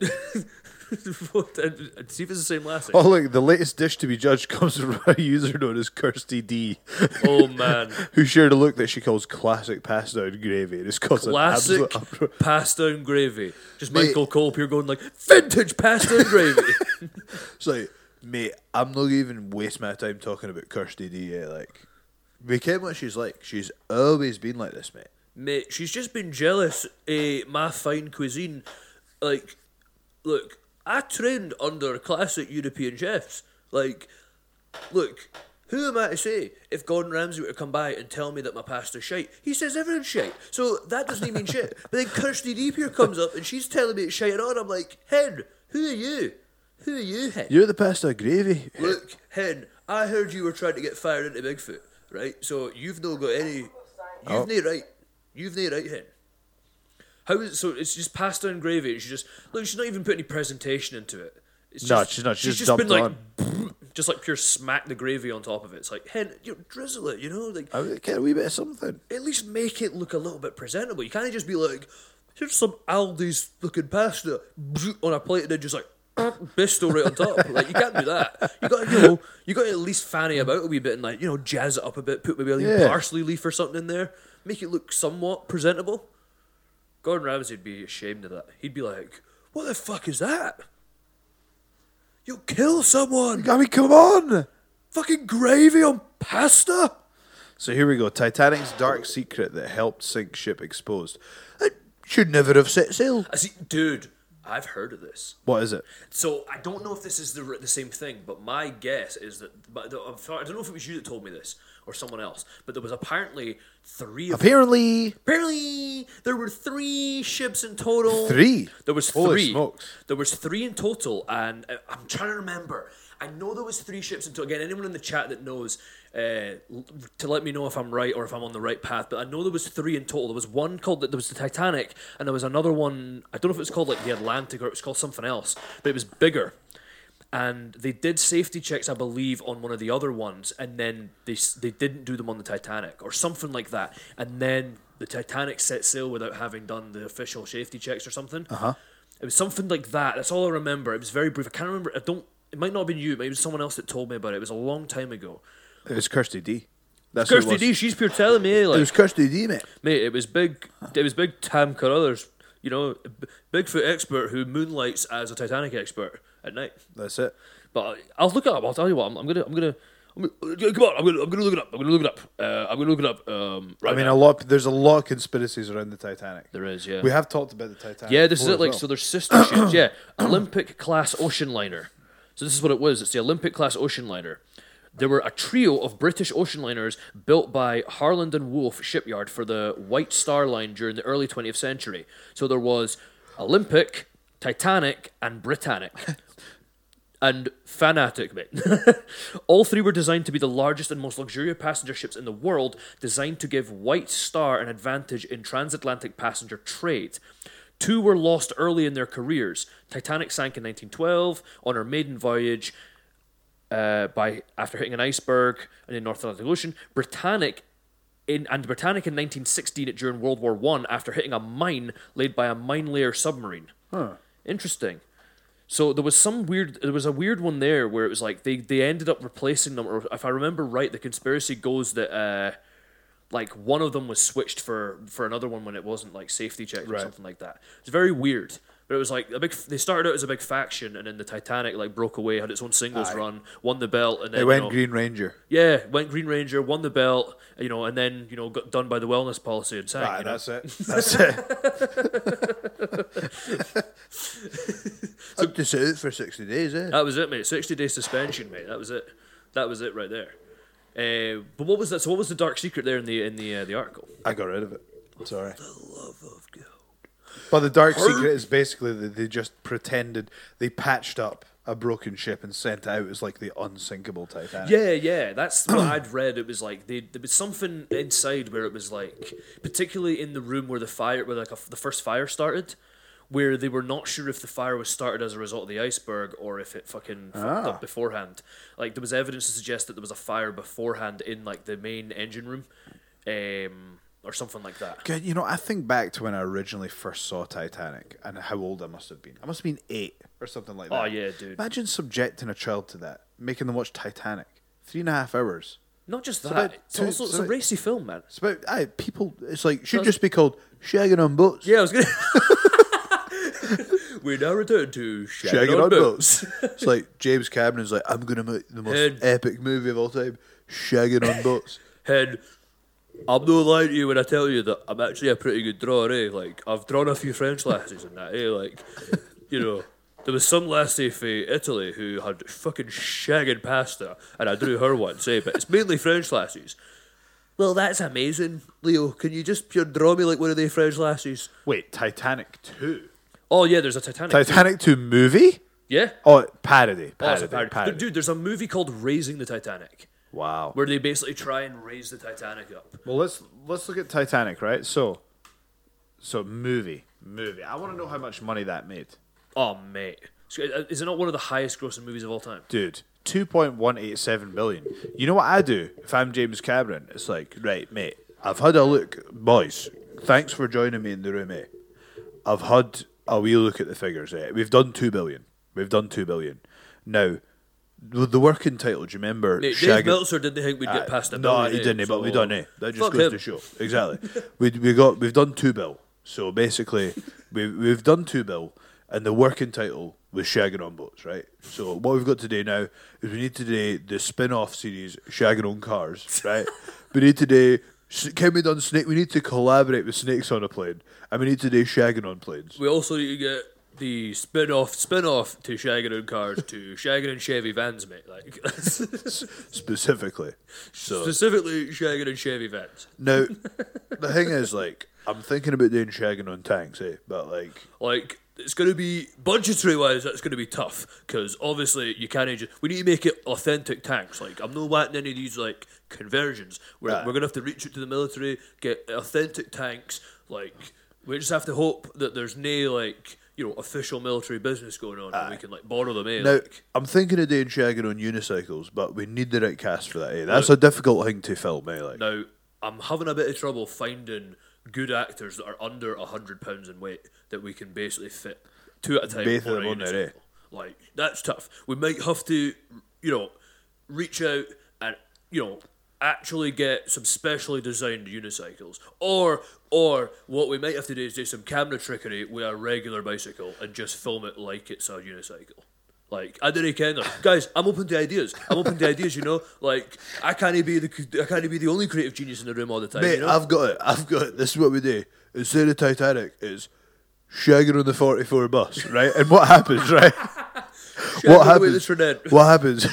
know. What- and- and see if it's the same last name. Oh look, the latest dish to be judged comes from a user known as Kirsty D, Oh man, who shared a look that she calls classic pasta and gravy. It's caused an classic absolute uproar. pasta and gravy. Just Mate. Michael Cole here going like vintage pasta and gravy. It's like, mate, I'm not even waste my time talking about Kirsty D. Yeah, like, we get what she's like. She's always been like this, mate. Mate, she's just been jealous eh, my fine cuisine. Like, look, I trained under classic European chefs. Like, look, who am I to say if Gordon Ramsay were to come by and tell me that my pasta's shite? He says everyone's shite, so that doesn't even mean shit. But then Kirsty Deep here comes up and she's telling me it's shite and on. I'm like, Hen, who are you? Who are you, Hen? You're the pasta gravy. Look, Hen, I heard you were trying to get fired into Bigfoot, right? So you've no got any. You've Oh. no right. You've no right, Hen. How is so? It's just pasta and gravy. And she just look. She's not even putting any presentation into it. It's No, she's not, she just dumped been it like, just like pure smack the gravy on top of it. It's like, hen, you know, drizzle it. You know, like I would get a wee bit of something. At least make it look a little bit presentable. You can't just be like, here's some Aldi's looking pasta on a plate and then just like. Bisto right on top. Like you can't do that. You got to you know you got to at least fanny about a wee bit and like you know jazz it up a bit. Put maybe a little Yeah. parsley leaf or something in there. Make it look somewhat presentable. Gordon Ramsay'd be ashamed of that. He'd be like, What the fuck is that? You'll kill someone. I mean, come on. Fucking gravy on pasta. So here we go. Titanic's dark secret that helped sink ship exposed. It should never have set sail. I see, dude, I've heard of this. What is it? So I don't know if this is the r- the same thing, but my guess is that. But the- I'm sorry, I don't know if it was you that told me this or someone else, but there was apparently three. Of, Apparently, apparently, there were three ships in total. three. There was three. Holy smokes. There was three in total, and uh, I'm trying to remember. I know there was three ships in total. Again, anyone in the chat that knows, uh, l- to let me know if I'm right or if I'm on the right path. But I know there was three in total. There was one called there was the Titanic, and there was another one. I don't know if it was called like the Atlantic or it was called something else, but it was bigger. And they did safety checks, I believe, on one of the other ones, and then they s- they didn't do them on the Titanic or something like that. And then the Titanic set sail without having done the official safety checks or something. Uh Uh-huh. huh. It was something like that. That's all I remember. It was very brief. I can't remember. I don't. It might not have been you. It might have been someone else that told me about it. It was a long time ago. It was Kirsty D. That's who it Kirsty was. D, she's pure telling me, eh, It like, was Kirsty D, mate. mate, it was big. It was big Tam Carruthers, you know, b- Bigfoot expert who moonlights as a Titanic expert at night. That's it. But I- I'll look it up. I'll tell you what. I'm, I'm gonna. I'm gonna. I'm gonna, come on, I'm gonna, I'm gonna look it up. I'm gonna look it up. Uh, I'm gonna look it up. Um, right I mean, now. a lot. There's a lot of conspiracies around the Titanic. there is, yeah, We have talked about the Titanic. yeah. This is before it. Like, as so well. they're sister ships. Yeah, Olympic class ocean liner. So this is what it was. It's the Olympic class ocean liner. There were a trio of British ocean liners built by Harland and Wolff Shipyard for the White Star Line during the early 20th century. So there was Olympic, Titanic, and Britannic. and Fanatic, mate. All three were designed to be the largest and most luxurious passenger ships in the world, designed to give White Star an advantage in transatlantic passenger trade. Two were lost early in their careers. Titanic sank in 1912 on her maiden voyage uh, by after hitting an iceberg in the North Atlantic Ocean. Britannic in and Britannic in 1916 during World War One after hitting a mine laid by a mine layer submarine. Interesting. So there was some weird. There was a weird one there where it was like they they ended up replacing them. Or if I remember right, the conspiracy goes that. Uh, like one of them was switched for for another one when it wasn't like safety check or Right. something like that. It's very weird. But it was like a big. They started out as a big faction, and then the Titanic like broke away, had its own singles run, won the belt, and then It you went know- Green Ranger. yeah, went Green Ranger, won the belt, you know, and then you know got done by the wellness policy and sank. Ah, you know? that's it. That's it. Uh, Up to South for sixty days, eh? That was it, mate. Sixty day suspension, mate. That was it. That was it right there. Uh, but what was that? So what was the dark secret there in the in the uh, the article? I got rid of it. Sorry. But the dark secret is basically that they just pretended they patched up a broken ship and sent it out as like the unsinkable Titanic. Yeah, yeah, that's what I'd read. It was like they, there was something inside where it was like, particularly in the room where the fire, where like a, the first fire started, where they were not sure if the fire was started as a result of the iceberg or if it fucking fucked up beforehand. Like there was evidence to suggest that there was a fire beforehand in like the main engine room, um, or something like that. God, you know, I think back to when I originally first saw Titanic and how old I must have been. I must have been eight or something like that. Oh, yeah, dude. Imagine subjecting a child to that, making them watch Titanic. Three and a half hours. Not just that. about it's two- also it's it's a about- racy film, man. It's about aye, people. It's like should Does- just be called shagging on boats. Yeah, I was gonna. we now return to Shagging shagging on, on boats. boats. it's like James Cameron's like I'm gonna make the most Head. epic movie of all time, shagging on boats. head. I'm not lying to you when I tell you that I'm actually a pretty good drawer, eh? Like, I've drawn a few French lasses and that, eh? Like, you know, there was some lassie from Italy who had fucking shagging pasta, and I drew her once, eh? But it's mainly French lassies. Well, that's amazing, Leo. Can you just pure draw me like one of the French lassies? Wait, Titanic two. Oh, yeah, there's a Titanic. Titanic two movie? yeah? Oh, parody, Oh, it's parody, a parody. parody. Dude, there's a movie called Raising the Titanic, wow. where they basically try and raise the Titanic up. Well, let's let's look at Titanic, right? So, so movie, movie. I want to know how much money that made, Oh, mate. uh, Is it not one of the highest grossing movies of all time? dude. Two point one eight seven billion. You know what I do if I'm James Cameron? It's like, right, mate. I've had a look, boys. Thanks for joining me in the room, eh? I've had a wee look at the figures. Eh? We've done two billion. We've done two billion. Now, the, the working title. Do you remember? Mate, Dave Shaggy- Meltzer didn't think we'd Aye. get past a No, billion, he eh? didn't, but we So- done it. That just Fuck goes him. to show. Exactly. we we got we've done two bill. So basically, we we've done two bill, and the working title was Shagging on Boats, right? So what we've got today now is we need today the spin-off series Shagging on Cars, right? we need today. S- Can we done snake? We need to collaborate with snakes on a plane, and we need today shagging on planes. We also need to get the spin-off spin-off to Shaggin' and Cars to Shaggin' and Chevy Vans, mate. Like specifically. So specifically Shaggin' and Chevy Vans. now, the thing is, like, I'm thinking about doing shagging on tanks, eh? But like, Like it's going to be budgetary wise. That's going to be tough because obviously you can't just. We need to make it authentic tanks. Like I'm not wanting any of these like conversions. We're Right. we're going to have to reach out to the military, get authentic tanks. Like we just have to hope that there's no like you know official military business going on, and we can like borrow them. Eh? Now, like, I'm thinking of doing shagging on unicycles, but we need the right cast for that. Eh? That's a difficult thing to film, eh? Like, Now, I'm having a bit of trouble finding good actors that are under hundred pounds in weight that we can basically fit two at a time. Both of on them a on there, eh? unicycle. Like that's tough. We might have to, you know, reach out and you know actually get some specially designed unicycles, or or what we might have to do is do some camera trickery with a regular bicycle and just film it like it's a unicycle. Like I don't care. Guys, I'm open to ideas. I'm open to ideas. You know, like I can't be the I can't be the only creative genius in the room all the time. Mate, uh, you know? I've got it. I've got it. This is what we do. Instead of Titanic, is shagging on the 44 bus, right? And what happens, right? Shagging away what happens? the Trinette. What happens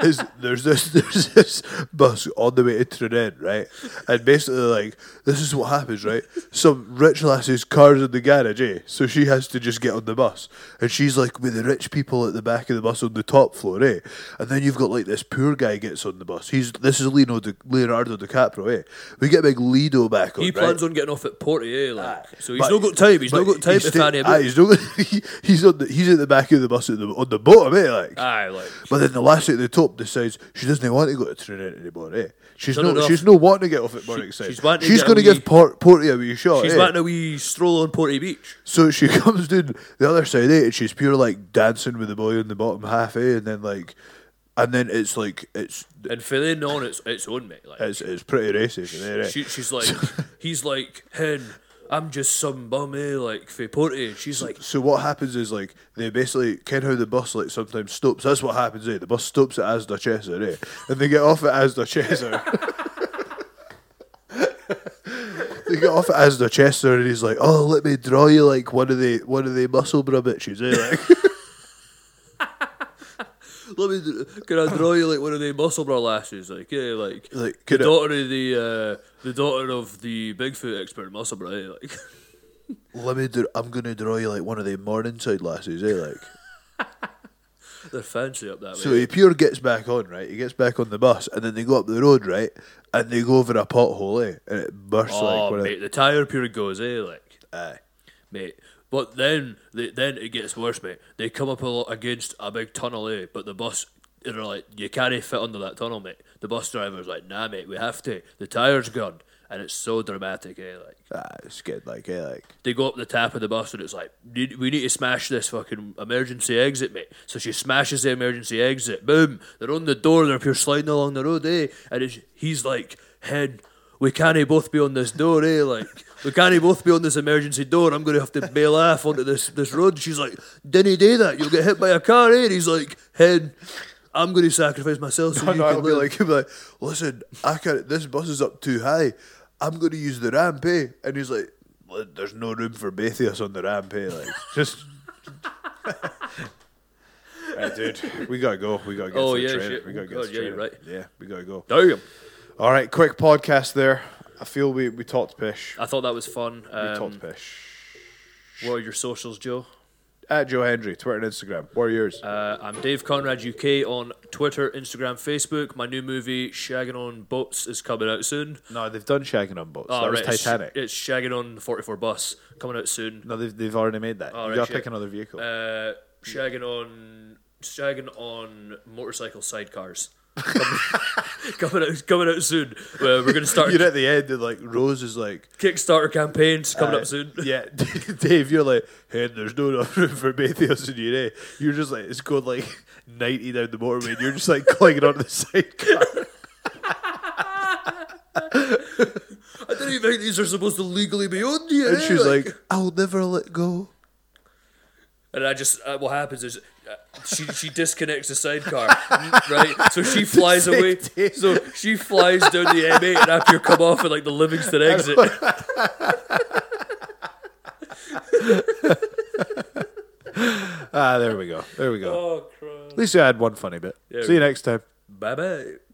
is there's this there's this bus on the way to Trinidad, right? And basically, like this is what happens, right? Some rich lassie's car's in the garage, eh? So she has to just get on the bus, and she's like with the rich people at the back of the bus on the top floor, eh? And then you've got like this poor guy gets on the bus. He's this is Leonardo, Di, Leonardo DiCaprio, eh? We get big Lido back on. He right? Ah. plans on getting off at Porty, eh? Like, so he's But- not got time. He's not but got time to he's still- fanny aye, about. he's, not got- he- he's on the, he's at the back of the bus at the, on the bottom, eh? Like, Aye, like but then the lassie at the top decides she doesn't want to go to Trinidad anymore, eh? She's Done no, enough. she's no wanting to get off at Morningside. she's wanting to she's get going a to wee- give Port, Porty a wee shot. She's eh? wanting a wee stroll on Porty Beach. So she comes down the other side, eh? And she's pure like dancing with the boy in the bottom half, eh? And then like, and then it's like it's And filling on its its own, mate. Like it's, it's pretty racist, eh? right? she, she's like, he's like, hen, I'm just some bum, eh? Like for Porty. She's like, So what happens is like they basically ken how the bus like sometimes stops. That's what happens. Eh? The bus stops at Asda Cheshire, eh? and they get off at Asda Cheshire. they get off at Asda Cheshire, and he's like, "Oh, let me draw you like one of the one of the muscle bra bitches." Eh? Like, let me, d- can I draw you like one of the muscle bra lashes? Like, yeah, like, Like, the could I- daughter of the uh, the daughter of the Bigfoot expert, muscle bra. Eh? Like, let me. Dr- I'm gonna draw you like one of the Morningside lasses. Eh? Like, they're fancy up that so way. he pure gets back on right. He gets back on the bus, and then they go up the road right, and they go over a pothole, eh? and it bursts Oh, like one of- mate, the tire pure goes, eh? Like, Aye. mate. But then, they, then it gets worse, mate. They come up a lot against a big tunnel, eh? But the bus, they're like, you can't fit under that tunnel, mate. The bus driver's like, nah, mate, we have to. The tire's gone, and it's so dramatic, eh? Like, Ah, it's good. Like, eh? Like. they go up the tap of the bus, and it's like, "Need- we need to smash this fucking emergency exit, mate. So she smashes the emergency exit. Boom! They're on the door. They're pure sliding along the road, eh? And it's, he's like, "Hen, we can't both be on this door, eh? Like." We can't both be on this emergency door. I'm going to have to bail off onto this, this road. And she's like, Denny, do that. You'll get hit by a car, eh? And he's like, Hen, I'm going to sacrifice myself. So No, you no, can I'll be live." like, he'll be like, listen, I can't. This bus is up too high. I'm going to use the ramp, eh? And he's like, well, there's no room for Bathius on the ramp, eh? Like, just. Right, dude, we gotta go. We gotta get Oh, to the yeah, train. shit. We Oh, gotta get God, to the yeah, you're train. right. Yeah, we gotta go. Damn. All right, quick podcast there. I feel we we talked pish. I thought that was fun. We Um, talked pish. what are your socials, Joe? At Joe Hendry, Twitter and Instagram. What are yours? Uh, I'm Dave Conrad UK on Twitter, Instagram, Facebook. My new movie Shagging on Boats is coming out soon. no, they've done Shagging on Boats. Oh, that right, was it's- Titanic. It's, Shagging on the 44 Bus coming out soon. no, they've, they've already made that. Oh, you right, gotta shit. pick another vehicle. Uh, shagging on Shagging on motorcycle sidecars. coming out, coming out soon. Well, we're gonna start you're at the end, and like Rose is like, Kickstarter campaigns coming Uh, up soon. Yeah, Dave, you're like, hey, there's no enough room for Mathias in your day. You're just like, it's going like 90 down the motorway, and you're just like clinging onto the sidecar. I don't even think these are supposed to legally be on here. And eh? she's like, I'll never let go. And I just uh, what happens is uh, she she disconnects the sidecar, right? So she flies away. safety. So she flies down the M8, and after you come off at like the Livingston exit. Ah, there we go. There we go. Oh, crap. Ah, Oh, Oh. At least I had one funny bit. See you next time. Bye bye.